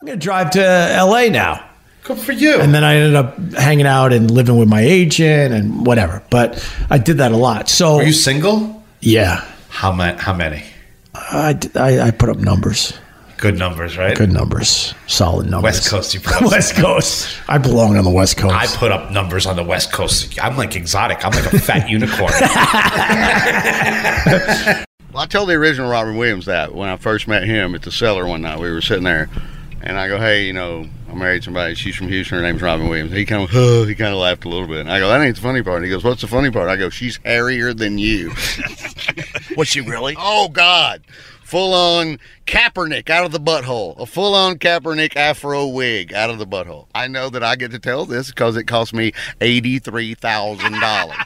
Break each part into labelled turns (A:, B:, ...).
A: I'm going to drive to LA now.
B: Good for you.
A: And then I ended up hanging out and living with my agent and whatever. But I did that a lot. So,
B: Are you single?
A: yeah,
B: How many? How many?
A: I, d- I- I put up numbers,
B: Good numbers, right?
A: good numbers, solid numbers.
B: West Coast, you put up.
A: West Coast. I belong on the West Coast.
B: I put up numbers on the West Coast. I'm like exotic. I'm like a fat unicorn.
C: Well, I told the original Robin Williams that when I first met him at the cellar one night. We were sitting there, and I go, "Hey, you know, I married somebody. She's from Houston. Her name's Robin Williams." He kind of, huh, he kind of laughed a little bit. And I go, "That ain't the funny part." He goes, "What's the funny part?" I go, "She's hairier than you."
D: Was she really?
C: oh God, full on Kaepernick out of the butthole, a full on Kaepernick afro wig out of the butthole. I know that I get to tell this because it cost me eighty three thousand dollars.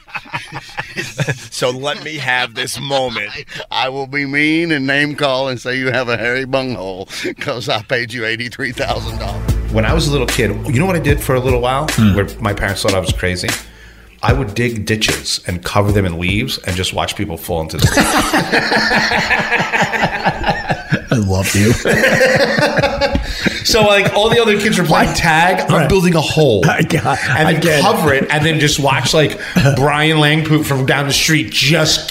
D: So let me have this moment.
C: I will be mean and name call and say you have a hairy bunghole because I paid you eighty-three thousand dollars.
B: when I was a little kid, you know what I did for a little while
A: Hmm.
B: where my parents thought I was crazy? I would dig ditches and cover them in leaves and just watch people fall into the
A: I love you.
B: So like all the other kids were playing tag, I'm
A: Right.
B: building a hole.
A: I got-
B: and
A: I
B: then
A: get it.
B: cover it and then just watch like Brian Langpoot from down the street just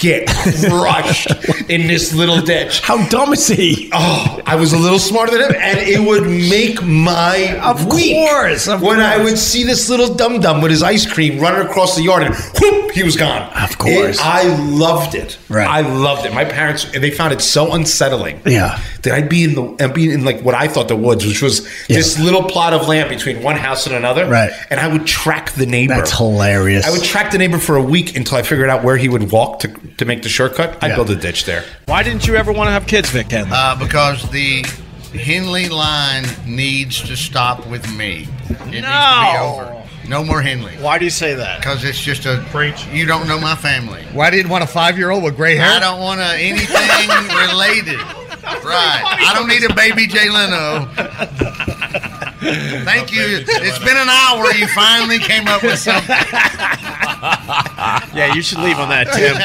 B: get crushed in this little ditch.
A: How dumb is he?
B: Oh, I was a little smarter than him, and it would make my
A: Of
B: week
A: course, of
B: when I
A: course.
B: would see this little dum dum with his ice cream running across the yard, and whoop, he was gone.
A: Of course.
B: It- I loved it.
A: Right.
B: I loved it. My parents they found it so unsettling.
A: Yeah.
B: that I'd be in the and be in like what I thought the woods, which was this little plot of land between one house and another.
A: Right.
B: and I would track the neighbor.
A: That's hilarious.
B: I would track the neighbor for a week until I figured out where he would walk to, to make the shortcut. I'd
A: Yeah.
B: build a ditch there.
E: Why didn't you ever want to have kids, Vic Henley?
C: Uh, because the Henley line needs to stop with me. It
E: No.
C: needs to be over. No more Henley.
E: Why do you say that?
C: Because it's just a preach. You don't know my family.
F: Why didn't want a five year old with gray hair?
C: I don't want to anything related. Right. I don't need a baby Jay Leno. Thank you. It's been an hour. You finally came up with something.
E: Yeah, you should leave on that, Tim.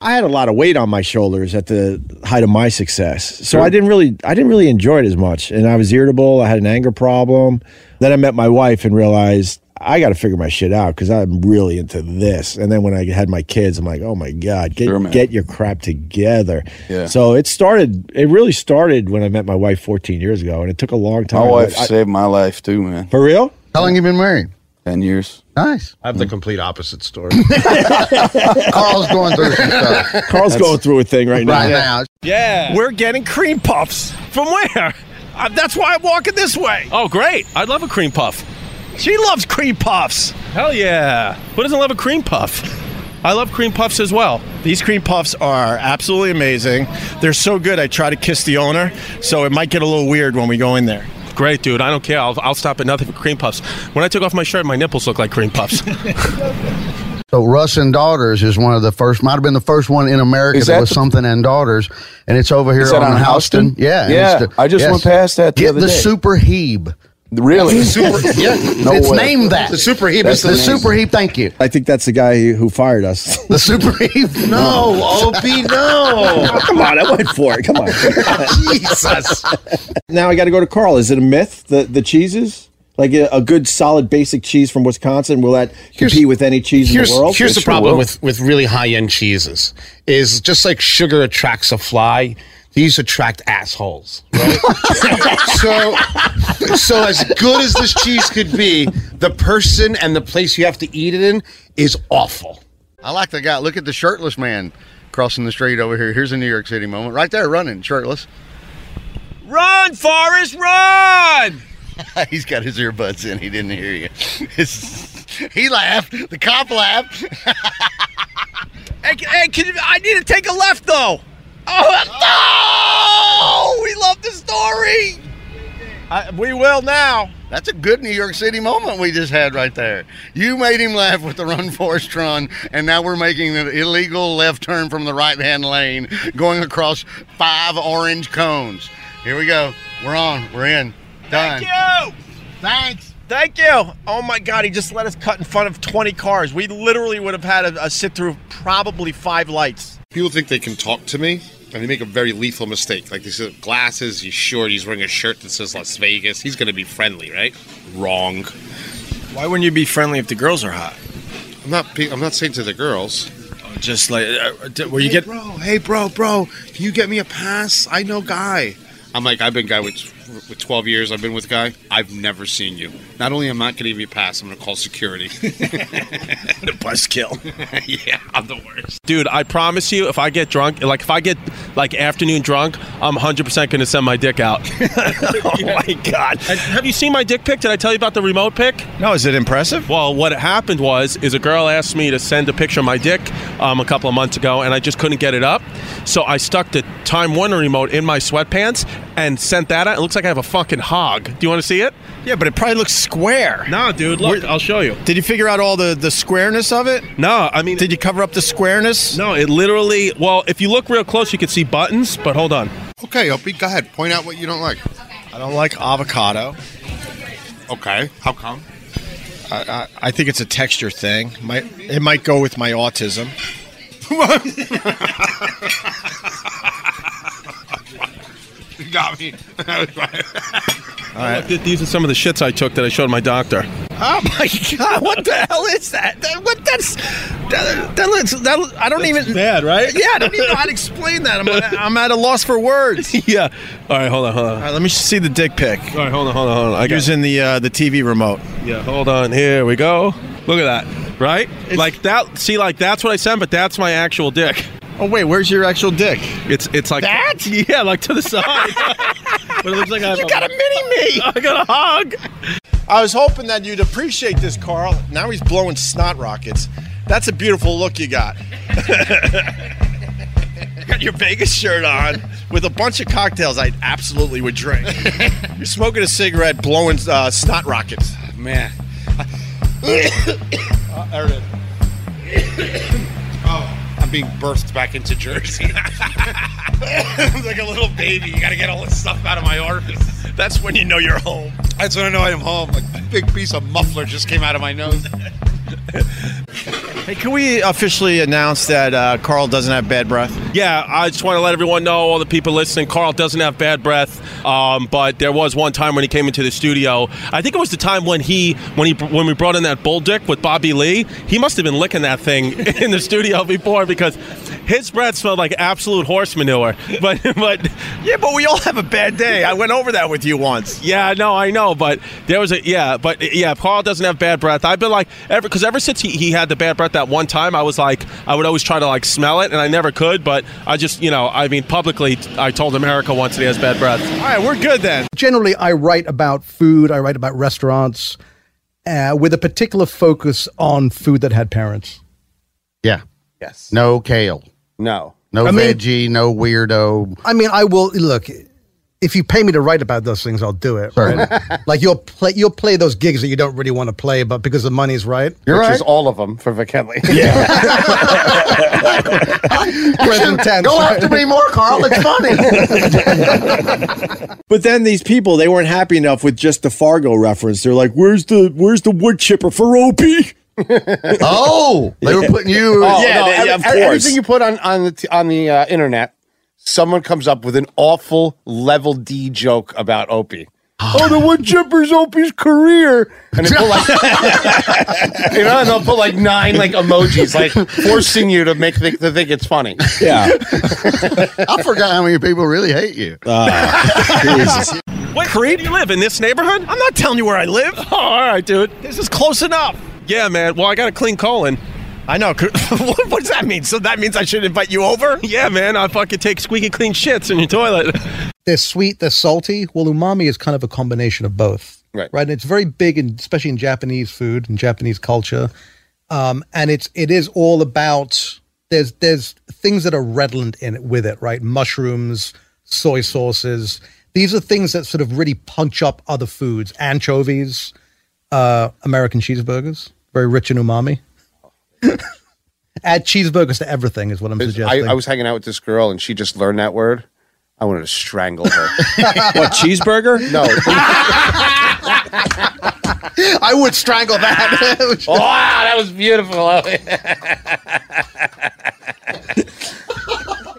G: I had a lot of weight on my shoulders at the height of my success. So I didn't really I didn't really enjoy it as much and I was irritable, I had an anger problem. Then I met my wife and realized I got to figure my shit out cuz I'm really into this. And then when I had my kids, I'm like, "Oh my god, get get your crap together."
H: Yeah.
G: So it started it really started when I met my wife 14 years ago and it took a long time.
H: My
I: Oh,
H: wife
G: I-
H: saved my life too, man.
G: for real?
C: How long you been married?
H: Ten years.
C: Nice.
J: I have the complete opposite story.
C: Carl's going through some stuff
G: Carl's going through a thing right, now.
C: right now.
E: Yeah.
F: We're getting cream puffs.
E: From where?
F: Uh, that's why I'm walking this way.
E: Oh, great. I'd love a cream puff.
F: She loves cream puffs.
E: Hell yeah. Who doesn't love a cream puff? I love cream puffs as well.
F: These cream puffs are absolutely amazing. They're so good, I try to kiss the owner, so it might get a little weird when we go in there.
E: Great, dude. I don't care. I'll, I'll stop at nothing for cream puffs. When I took off my shirt, my nipples look like cream puffs.
C: So Russ and Daughters is one of the first, might have been the first one in America
H: Is
C: that,
H: that
C: was
H: the-
C: something and Daughters, and it's over here
H: Is that
C: on,
H: on
C: Houston.
H: Houston?
C: Yeah, and
H: Yeah,
C: it's
H: I just went past that the
C: get
H: other
C: the
H: day.
C: super heeb.
H: Really?
C: yeah,
H: No
C: it's
H: way.
C: named that.
B: The super heeb
C: It's
H: is
C: the
H: the name.
C: super heeb. Thank you.
G: I think that's the guy who- who fired us.
C: The super heeb.
B: No, OB, no.
G: Come on, I went for it. Come on.
B: Jesus.
G: Now I got to go to Carl. Is it a myth the the cheeses? Like a, a good solid basic cheese from Wisconsin, will that compete with any cheese in
J: here's,
G: the world?
J: Here's the
H: It sure
J: problem
H: will.
J: with with really high end cheeses is just like sugar attracts a fly. These attract assholes. Right? so, so as good as this cheese could be, the person and the place you have to eat it in is awful.
C: I like the guy. Look at the shirtless man crossing the street over here. Here's a New York City moment. Right there, running shirtless.
E: run, Forrest, run!
C: He's got his earbuds in. He didn't hear you. It's- he laughed. The cop laughed.
E: Hey, c- hey, can you, I need to take a left, though. Oh, no! We love the story. I, we will now.
C: That's a good New York City moment we just had right there. You made him laugh with the run forest run, and now we're making an illegal left turn from the right hand lane, going across five orange cones. Here we go. We're on. We're in. Done.
E: Thank you.
C: Thanks.
E: Thank you. Oh my God, he just let us cut in front of 20 cars. We literally would have had a, a sit through probably five lights.
J: People think they can talk to me.
K: and they make a very lethal mistake. Like these glasses, he's short, he's wearing a shirt that says Las Vegas. He's going to be friendly, right? Wrong.
F: Why wouldn't you be friendly if the girls are hot? Oh,
K: I'm not. pe- I'm not saying to the girls.
F: Just like uh, d- where you get
K: bro, hey bro, bro, can you get me a pass? I know guy. I'm like, I've been guy with with 12 years. I've been with guy. I've never seen you. Not only am I not going to give you a pass, I'm going to call security.
F: the bus kill.
K: yeah, I'm the worst.
E: Dude, I promise you, if I get drunk, like if I get like afternoon drunk, I'm 100% going to send my dick out. oh my god! And have you seen my dick pic? Did I tell you about the remote pic?
F: No, is it impressive?
E: Well, what happened was, is a girl asked me to send a picture of my dick um, a couple of months ago, and I just couldn't get it up. So I stuck the Time Warner remote in my sweatpants and sent that out. It looks like I have a fucking hog. Do you want to see it?
F: Yeah, but it probably looks square.
E: No, dude. Look, I'll show you.
F: Did you figure out all the the squareness of it?
E: No, I mean,
F: Did you cover up the squareness?
E: no, it literally. Well, if you look real close, you can see buttons. But hold on.
K: Okay, Opie, go ahead. Point out what you don't like.
F: I don't like avocado.
K: Okay, how come?
F: I, I, I think it's a texture thing. Might it might go with my autism.
K: You got me.
F: All right.
E: Th- These are some of the shits I took that I showed my doctor.
F: Oh my god! What the hell is that? that what that's that, that looks that I don't even
E: Bad, right?
F: yeah I don't even know how to explain that. I'm at, I'm at a loss for words. All
E: yeah. All right, hold on, hold on.
F: right, let me see the dick pic.
E: All right, hold on, hold on, hold on. I got
F: Using the uh, the TV remote.
E: Yeah, hold on. Here we go. Look at that. Right? like that. See, like that's what I sent, but that's my actual dick.
F: Oh wait, where's your actual dick?
E: It's it's like
F: That?
E: Yeah, like to the side. but it looks like I have
F: You got a mini me.
E: I got a hog.
F: I was hoping that you'd appreciate this, Carl. Now he's blowing snot rockets. That's a beautiful look you got. You got your Vegas shirt on with a bunch of cocktails I absolutely would drink. You're smoking a cigarette, blowing uh, snot rockets.
K: Man,
F: Uh, there it is.
K: I'm being birthed back into Jersey. I'm like a little baby. You got to get all this stuff out of my orifice.
F: That's when you know you're home.
K: That's when I know I'm home. Like a big piece of muffler just came out of my nose.
F: Hey, can we officially announce that uh, Carl doesn't have bad breath?
E: Yeah, I just want to let everyone know, all the people listening, Carl doesn't have bad breath, um, but there was one time when he came into the studio. I think it was the time when he when he when we brought in that bull dick with Bobby Lee. He must have been licking that thing in the studio before because his breath smelled like absolute horse manure. But but
F: Yeah, but we all have a bad day. I went over that with you once.
E: yeah, no, I know, but there was a yeah, but yeah, Carl doesn't have bad breath. I've been like ever because ever since he, he had the bad breath that one time, I was like I would always try to like smell it, and I never could. But I just you know I mean publicly I told America once that he has bad breath.
F: All right, we're good then.
L: generally I write about food, I write about restaurants, uh, with a particular focus on food that had parents.
J: Yeah. Yes. No kale.
D: No.
J: No
L: I mean-
J: veggie. no weirdo.
L: I mean, I will look. If you pay me to write about those things, I'll do it. Right? like you'll play, you'll play those gigs that you don't really want to play, but because the money's right.
D: Which is all of them for McKinley.
L: Present tense.
J: Go after me more, Carl. It's funny.
G: But then these people, they weren't happy enough with just the Fargo reference. They're like, "Where's the where's the wood chipper for Opie?"
J: oh, they were putting you.
D: Oh,
G: Yeah,
D: no,
G: they-
D: every-
G: of
D: every-
G: course.
D: Everything you put on on the t- on the uh, internet, someone comes up with an awful level D joke about Opie. Oh, the wood chipper's Opie's career, and they put like, you know, and they'll put like nine like emojis, like forcing you to make th- to think it's funny.
G: Yeah,
J: I forgot how many people really hate you.
G: Jesus.
E: Wait, Creep? you live in this neighborhood?
F: I'm not telling you where I live. all right, dude. This is close enough.
E: yeah, man. Well, I got a clean colon.
F: I know. what, what does that mean? So that means I should invite you over?
E: Yeah, man. I fucking take squeaky clean shits in your toilet.
L: they're sweet, they're salty. Well, umami is kind of a combination of both.
D: Right.
L: Right. And it's very big, in, especially in Japanese food and Japanese culture. Um, and it's it is all about there's there's things that are redolent in it with it, right? Mushrooms, soy sauces. These are things that sort of really punch up other foods. Anchovies, uh, American cheeseburgers, very rich in umami. Add cheeseburgers to everything is what I'm
D: I,
L: suggesting.
D: I was hanging out with this girl, and she just learned that word. I wanted to strangle her.
G: what cheeseburger?
D: No,
L: I would strangle that.
D: wow, that was beautiful.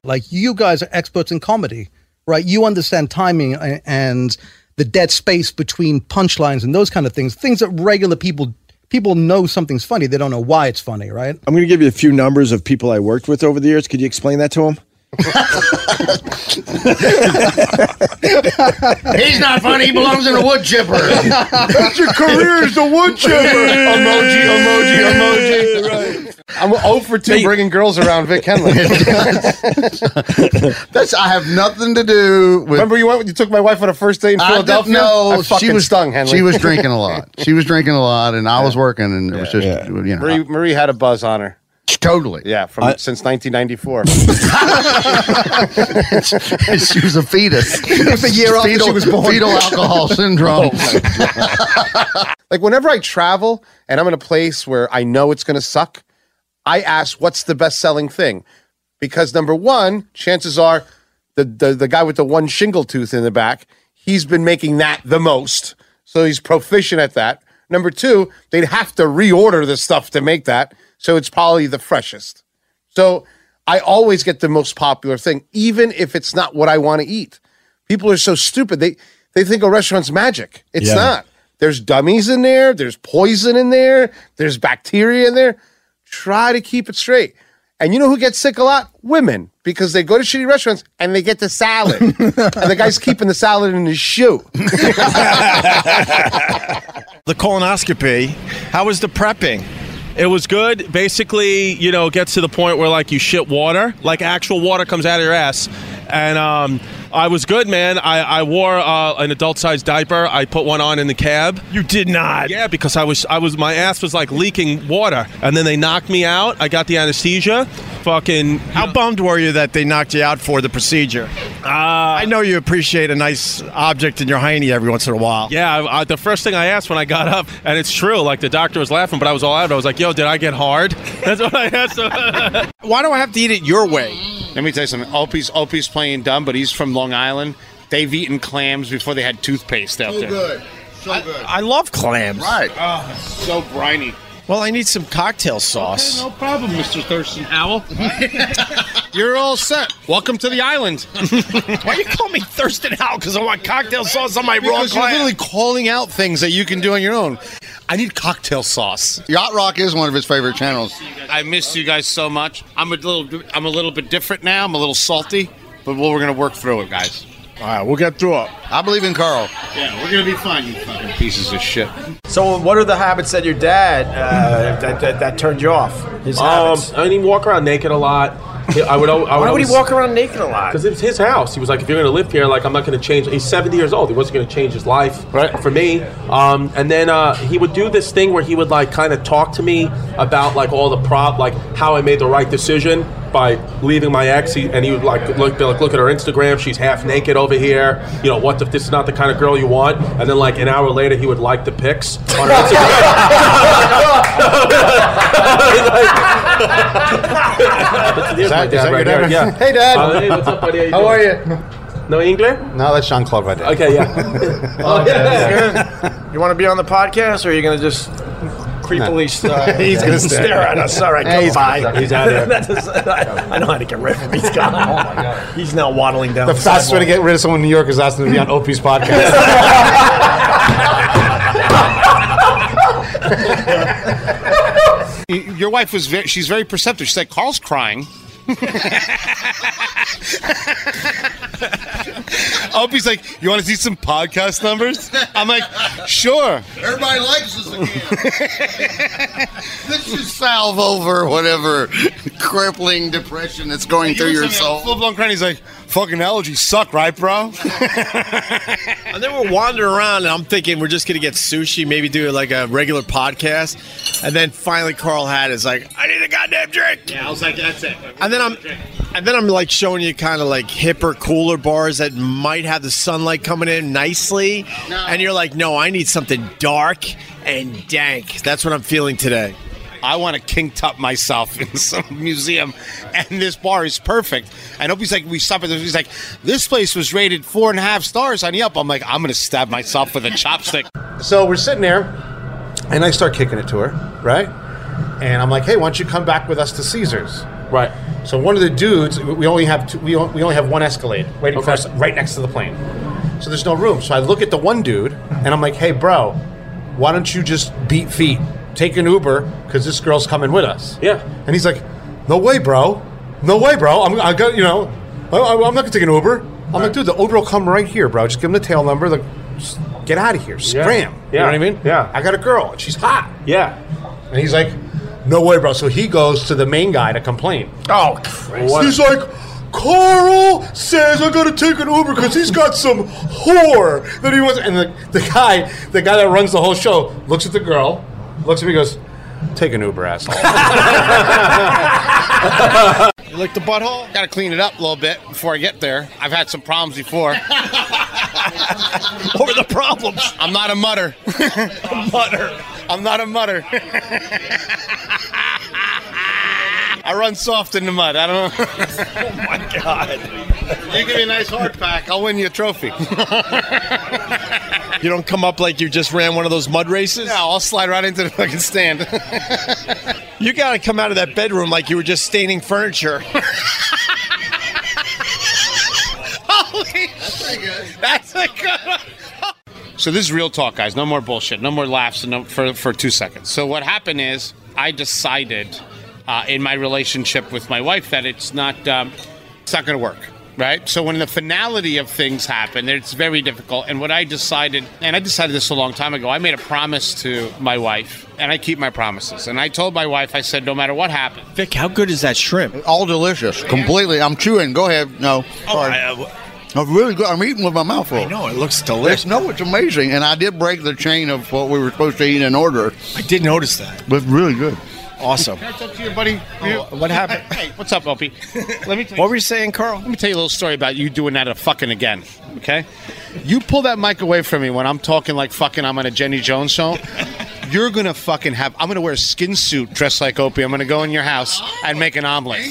L: Like you guys are experts in comedy, right? You understand timing a- and the dead space between punchlines and those kind of things. Things that regular people people know something's funny, they don't know why it's funny, right?
G: I'm going to give you a few numbers of people I worked with over the years. Could you explain that to them?
M: He's not funny. He belongs in a wood chipper.
D: Your career is the wood chipper.
M: emoji, emoji, emoji.
D: I'm 0 for 2 bringing girls around Vic Henley.
I: That's I have nothing to do with.
D: Remember you went you took my wife on a first date in Philadelphia?
I: I
D: I
I: didn't know
D: fucking
I: she was
D: stung Henley.
I: She was drinking a lot. She was drinking a lot, and I was working, and it was just you know.
D: Marie, Marie had a buzz on her.
I: Totally.
D: Yeah, from
I: I-
D: since 1994.
I: she was a fetus.
D: the year after
I: fetal,
D: she was born. Oh
I: Fetal alcohol syndrome.
D: like whenever I travel and I'm in a place where I know it's going to suck, I ask what's the best selling thing because number one, chances are the, the the guy with the one shingle tooth in the back, he's been making that the most, so he's proficient at that. Number two, they'd have to reorder the stuff to make that, so it's probably the freshest. So I always get the most popular thing, even if it's not what I want to eat. People are so stupid. They they think a restaurant's magic. It's
I: Yeah.
D: not. There's dummies in there, there's poison in there, there's bacteria in there. Try to keep it straight. And you know who gets sick a lot? Women, because they go to shitty restaurants and they get the salad. and the guy's keeping the salad in his shoe.
F: The colonoscopy. How was the prepping?
E: It was good. Basically, you know, it gets to the point where like you shit water, like actual water comes out of your ass. And um, I was good, man. I, I wore uh, an adult-sized diaper. I put one on in the cab. You did not. Yeah, because I was I was my ass was like leaking water, and then they knocked me out. I got the anesthesia. Fucking. How
M: bummed were you that they knocked you out for the procedure?
E: Uh,
M: I know you appreciate a nice object in your hiney every once in a while.
E: Yeah, I, I, the first thing I asked when I got up, and it's true. Like the doctor was laughing, but I was all out. of it. I was like, "Yo, did I get hard?" That's what I asked.
K: Why do I have to eat it your way? Let me tell you something. Opie's Opie's playing dumb, but he's from Long Island. They've eaten clams before they had toothpaste out there.
M: So good. I love clams.
K: Right. Oh, so briny.
M: Well, I need some cocktail sauce.
K: No problem, Mr. Thurston Howell. You're all set. Welcome to the island.
M: Why you call me Thurston Howell? Because I want cocktail sauce on my raw
K: Because you're
M: clam.
K: literally calling out things that you can do on your own. I need cocktail sauce.
I: Yacht Rock is one of his favorite channels.
K: I missed you guys so much. I'm a little I'm a little bit different now. I'm a little salty, but we're going to work through it, guys.
I: All right, we'll get through it. I believe in Carl.
K: Yeah, we're going to be fine, you fucking pieces of shit.
N: So, what are the habits that your dad uh, that, that that turned you off? Um, His habits.
E: I mean, he walk around naked a lot. He- I would. al- I would
N: Why would he
E: always-
N: walk around naked a lot?
E: Because it was his house. He was like, if you're going to live here, like, I'm not going to change. He's 70 years old. He wasn't going to change his life for me. Um, and then uh, he would do this thing where he would, like, kind of talk to me about, like, all the prop, like, how I made the right decision by leaving my ex. He, and he would, like look, be like, look at her Instagram. She's half naked over here. You know, what if this is not the kind of girl you want? And then, like, an hour later, he would like the pics on her Instagram. Here's my dad right here. Yeah.
I: Hey, Dad.
E: Uh, hey, what's up, buddy?
I: How are
E: doing? No English?
I: No, that's Jean Claude right there.
E: Okay, yeah.
N: Oh, yeah. You want to be on the podcast, or are you going to just creepily? Uh,
M: He's gonna stare.
N: stare at us. All right,
M: Hey, he's
N: goodbye.
M: gonna- he's outta here.
N: That is- I, I know how to get rid of him. He's gone. Oh my god. He's now waddling down.
I: The fastest way to get rid of someone in New York is asking them to be on Opie's podcast.
K: Y- Your wife was very, she's very perceptive. She's like, Carl's crying. Opie's like, you want to see some podcast numbers? I'm like, sure.
M: Everybody likes
K: us
M: this
I: is Salve over whatever crippling depression that's going through your soul.
K: Full blown crying. He's like, fucking allergies suck, right, bro?
M: And then we're wandering around, and I'm thinking we're just gonna get sushi, maybe do like a regular podcast, and then finally Carl had is like, I need a goddamn drink.
K: Yeah, I was like, that's it.
M: And then I'm, and then I'm like showing you kind of like hipper, cooler bars that might have the sunlight coming in nicely, and you're like, no, I need something dark and dank. That's what I'm feeling today.
K: I want to king top myself in some museum, and this bar is perfect. And Opie's like, we stop at this. He's like, this place was rated four and a half stars on Yelp. I'm like, I'm gonna stab myself with a chopstick.
I: So we're sitting there, and I start kicking it to her, right? And I'm like, hey, why don't you come back with us to Caesars?
O: Right.
B: So one of the dudes, we only have two, we on- we only have one Escalade waiting for us right next to the plane. So there's no room. So I look at the one dude and I'm like, "Hey, bro, why don't you just beat feet, take an Uber, because this girl's coming with us." Yeah. And he's like, "No way, bro. No way, bro. I'm I got you know, I, I, am not gonna take an Uber." I'm like, "Dude, the Uber will come right here, bro. Just give him the tail number. Like, just get out of here. Scram. You know
O: Yeah.
B: what I mean? Yeah. I got a girl. and She's hot. Yeah. And he's like, no way, bro. So he goes to the main guy to complain. Oh, Christ.
O: What?
B: He's like, Carl says I'm gonna take an Uber because he's got some whore that he wants. And the, the guy, the guy that runs the whole show, looks at the girl, looks at me, goes, "Take an Uber, asshole."
K: You lick the butthole? Gotta clean it up a little bit before I get there. I've had some problems before. what were the problems? I'm not a mutter. mutter. I'm not a mutter. I run soft in the mud. I don't know. oh my god. You give me a nice hard pack, I'll win you a trophy.
M: You don't come up like you just ran one of those mud races? No,
K: I'll slide right into the fucking stand.
M: you got to come out of that bedroom like you were just staining furniture.
K: Holy That's pretty good. That's a good one. So this is real talk, guys. No more bullshit. No more laughs. and No, for for two seconds. So what happened is I decided uh, in my relationship with my wife that it's not um, it's not going to work. Right. So when the finality of things happen, it's very difficult. And what I decided, and I decided this a long time ago, I made a promise to my wife, and I keep my promises. And I told my wife, I said, no matter what happens.
P: Vic, how good is that shrimp?
C: All delicious. Completely. I'm chewing. Go ahead. No. Sorry.
M: uh,
C: I'm really good. I'm eating with my mouth full. No,
P: it looks delicious.
C: no, it's amazing. And I did break the chain of what we were supposed to eat in order.
P: I did notice that.
C: But really good.
P: Awesome.
K: Can I talk to you, buddy?
P: what happened?
K: Oh, uh, Hey, what's up, Opie? Let me. Tell what were you saying, Carl? Let me tell you a little story about you doing that a fucking again. Okay, you pull that mic away from me when I'm talking like fucking. I'm on a Jenny Jones show. You're gonna fucking have. I'm gonna wear a skin suit dressed like Opie. I'm gonna go in your house and make an omelet.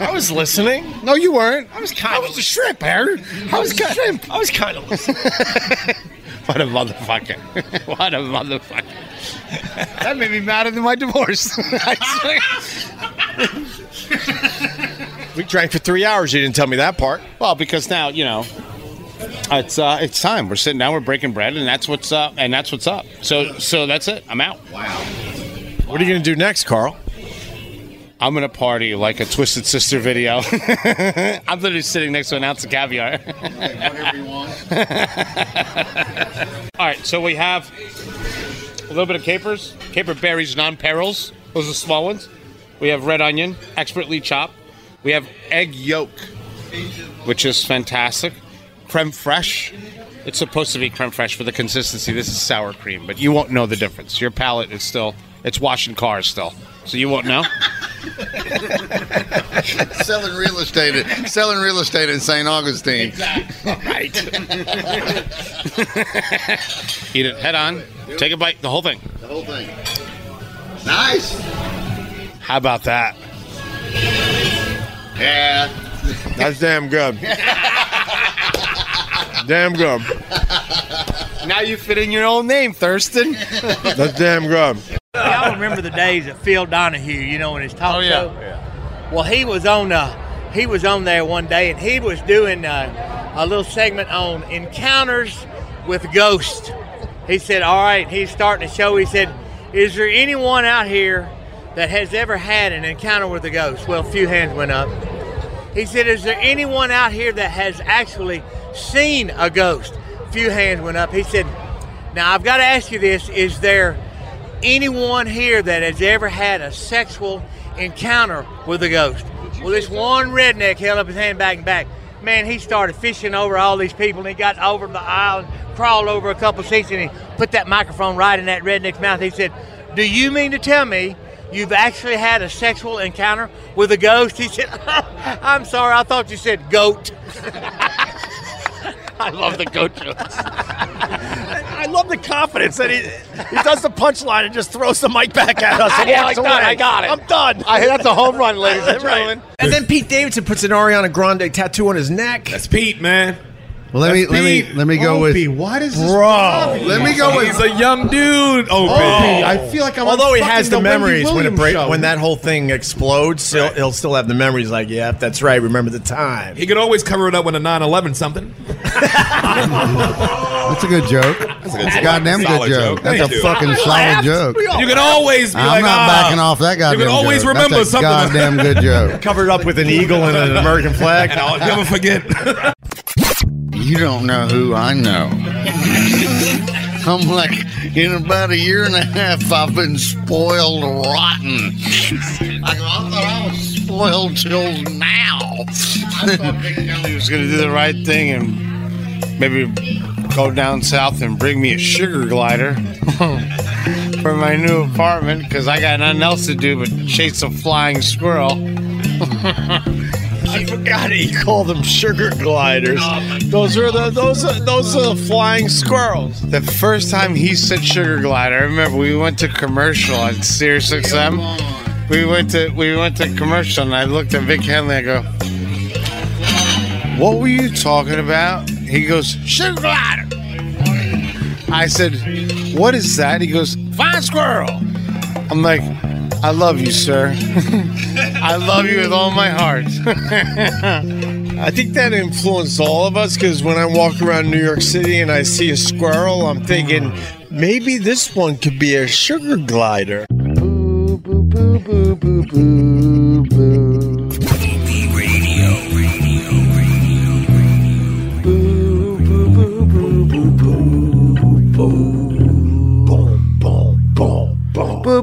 K: I was listening. No, you weren't. I was kind. I was a shrimp, Harry. I was kind. Shrimp. I was kind of listening. what a motherfucker! what a motherfucker! that made me madder than my divorce. I swear.
M: we drank for three hours. You didn't tell me that part.
K: Well, because now you know it's uh, it's time. We're sitting down. We're breaking bread, and that's what's up. And that's what's up. So so that's it. I'm out. Wow. What are you gonna do next, Carl? I'm gonna party like a Twisted Sister video. I'm literally sitting next to an ounce of caviar. Whatever you want. All right. So we have a little bit of capers, caper berries, non perils. Those are small ones. We have red onion, expertly chopped. We have egg yolk, which is fantastic. Creme fraiche. It's supposed to be creme fraiche for the consistency. This is sour cream, but you won't know the difference. Your palate is still, it's washing cars still. So you won't know.
C: selling real estate. Selling real estate in St. Augustine.
K: Right. Eat it head on. Take a bite, the whole thing.
C: The whole thing. Nice.
K: How about that?
C: Yeah.
O: That's damn good. damn good.
K: Now you fit in your own name, Thurston.
O: That's damn good.
E: Y'all remember the days of Phil Donahue, you know, in his talk
O: Oh, yeah.
E: show? Well, he was on uh, he was on there one day, and he was doing uh, a little segment on encounters with ghosts. He said, "All right," he's starting the show. He said, "Is there anyone out here that has ever had an encounter with a ghost?" Well, a few hands went up. He said, "Is there anyone out here that has actually seen a ghost?" A few hands went up. He said, "Now I've got to ask you this: Is there anyone here that has ever had a sexual encounter with a ghost. Well, this one redneck held up his hand back and back. Man, he started fishing over all these people and he got over the aisle and crawled over a couple seats and he put that microphone right in that redneck's mouth. He said, Do you mean to tell me you've actually had a sexual encounter with a ghost? He said, I'm sorry, I thought you said goat.
K: I love the goat jokes.
E: I love the confidence that he.
M: He does the punchline and just throws the mic back at us. And
K: Yeah,
M: walks
K: like
M: away.
K: that, I got it.
M: I'm done.
K: I- that's a home run, ladies and
M: Right.
K: gentlemen.
Q: And then Pete Davidson puts an Ariana Grande tattoo on his neck. That's Pete, man.
B: Well, let me
E: That's
B: let me
E: Pete.
B: let me go
E: Opie,
B: with
E: what is
B: bro.
E: this topic?
B: Let me go with
E: He's a young dude. Oh,
B: Opie.
M: Oh.
E: I feel like I'm on
R: Although he
E: fucking
R: has the,
E: the Wendy
R: memories when it
E: Williams
R: break,
E: show.
R: when that whole thing explodes, he'll, he'll still have the memories. Like, yeah, that's right. Remember the time.
E: He could always cover it up with a 9/11 something.
B: That's a good joke. That's
E: a good joke.
B: goddamn
E: Solid
B: good joke.
E: joke.
B: That's
E: Thank
B: a
E: you.
B: fucking
E: We
B: solid
E: laughed.
B: joke.
E: We all- You can always be
B: I'm
E: like,
B: not
E: "Ah."
B: backing off that
E: You
B: goddamn.
E: can always
B: joke.
E: remember
B: That's a
E: something.
B: Goddamn good joke.
R: Covered up with an eagle and an American flag.
B: And I'll never
R: forget.
C: You don't know who I know. I'm like, in about a year and a half, I've been spoiled rotten. I, go, I thought I was spoiled till now. I thought Big Kelly
K: He was gonna do the right thing and maybe go down south and bring me a sugar glider for my new apartment because I got nothing else to do but chase a flying squirrel. I forgot he called them sugar gliders. Those are the those are those are the flying squirrels. The first time he said sugar glider, I remember we went to commercial on Sirius XM. We went to we went to commercial and I looked at Vic Henley. I go, what were you talking about? He goes, sugar glider. I said, what is that? He goes, fine squirrel. I'm like, I love you, sir. I love you with all my heart.
M: I think that influenced all of us because when I walk around New York City and I see a squirrel, I'm thinking maybe this one could be a sugar glider.
S: Boo boo boo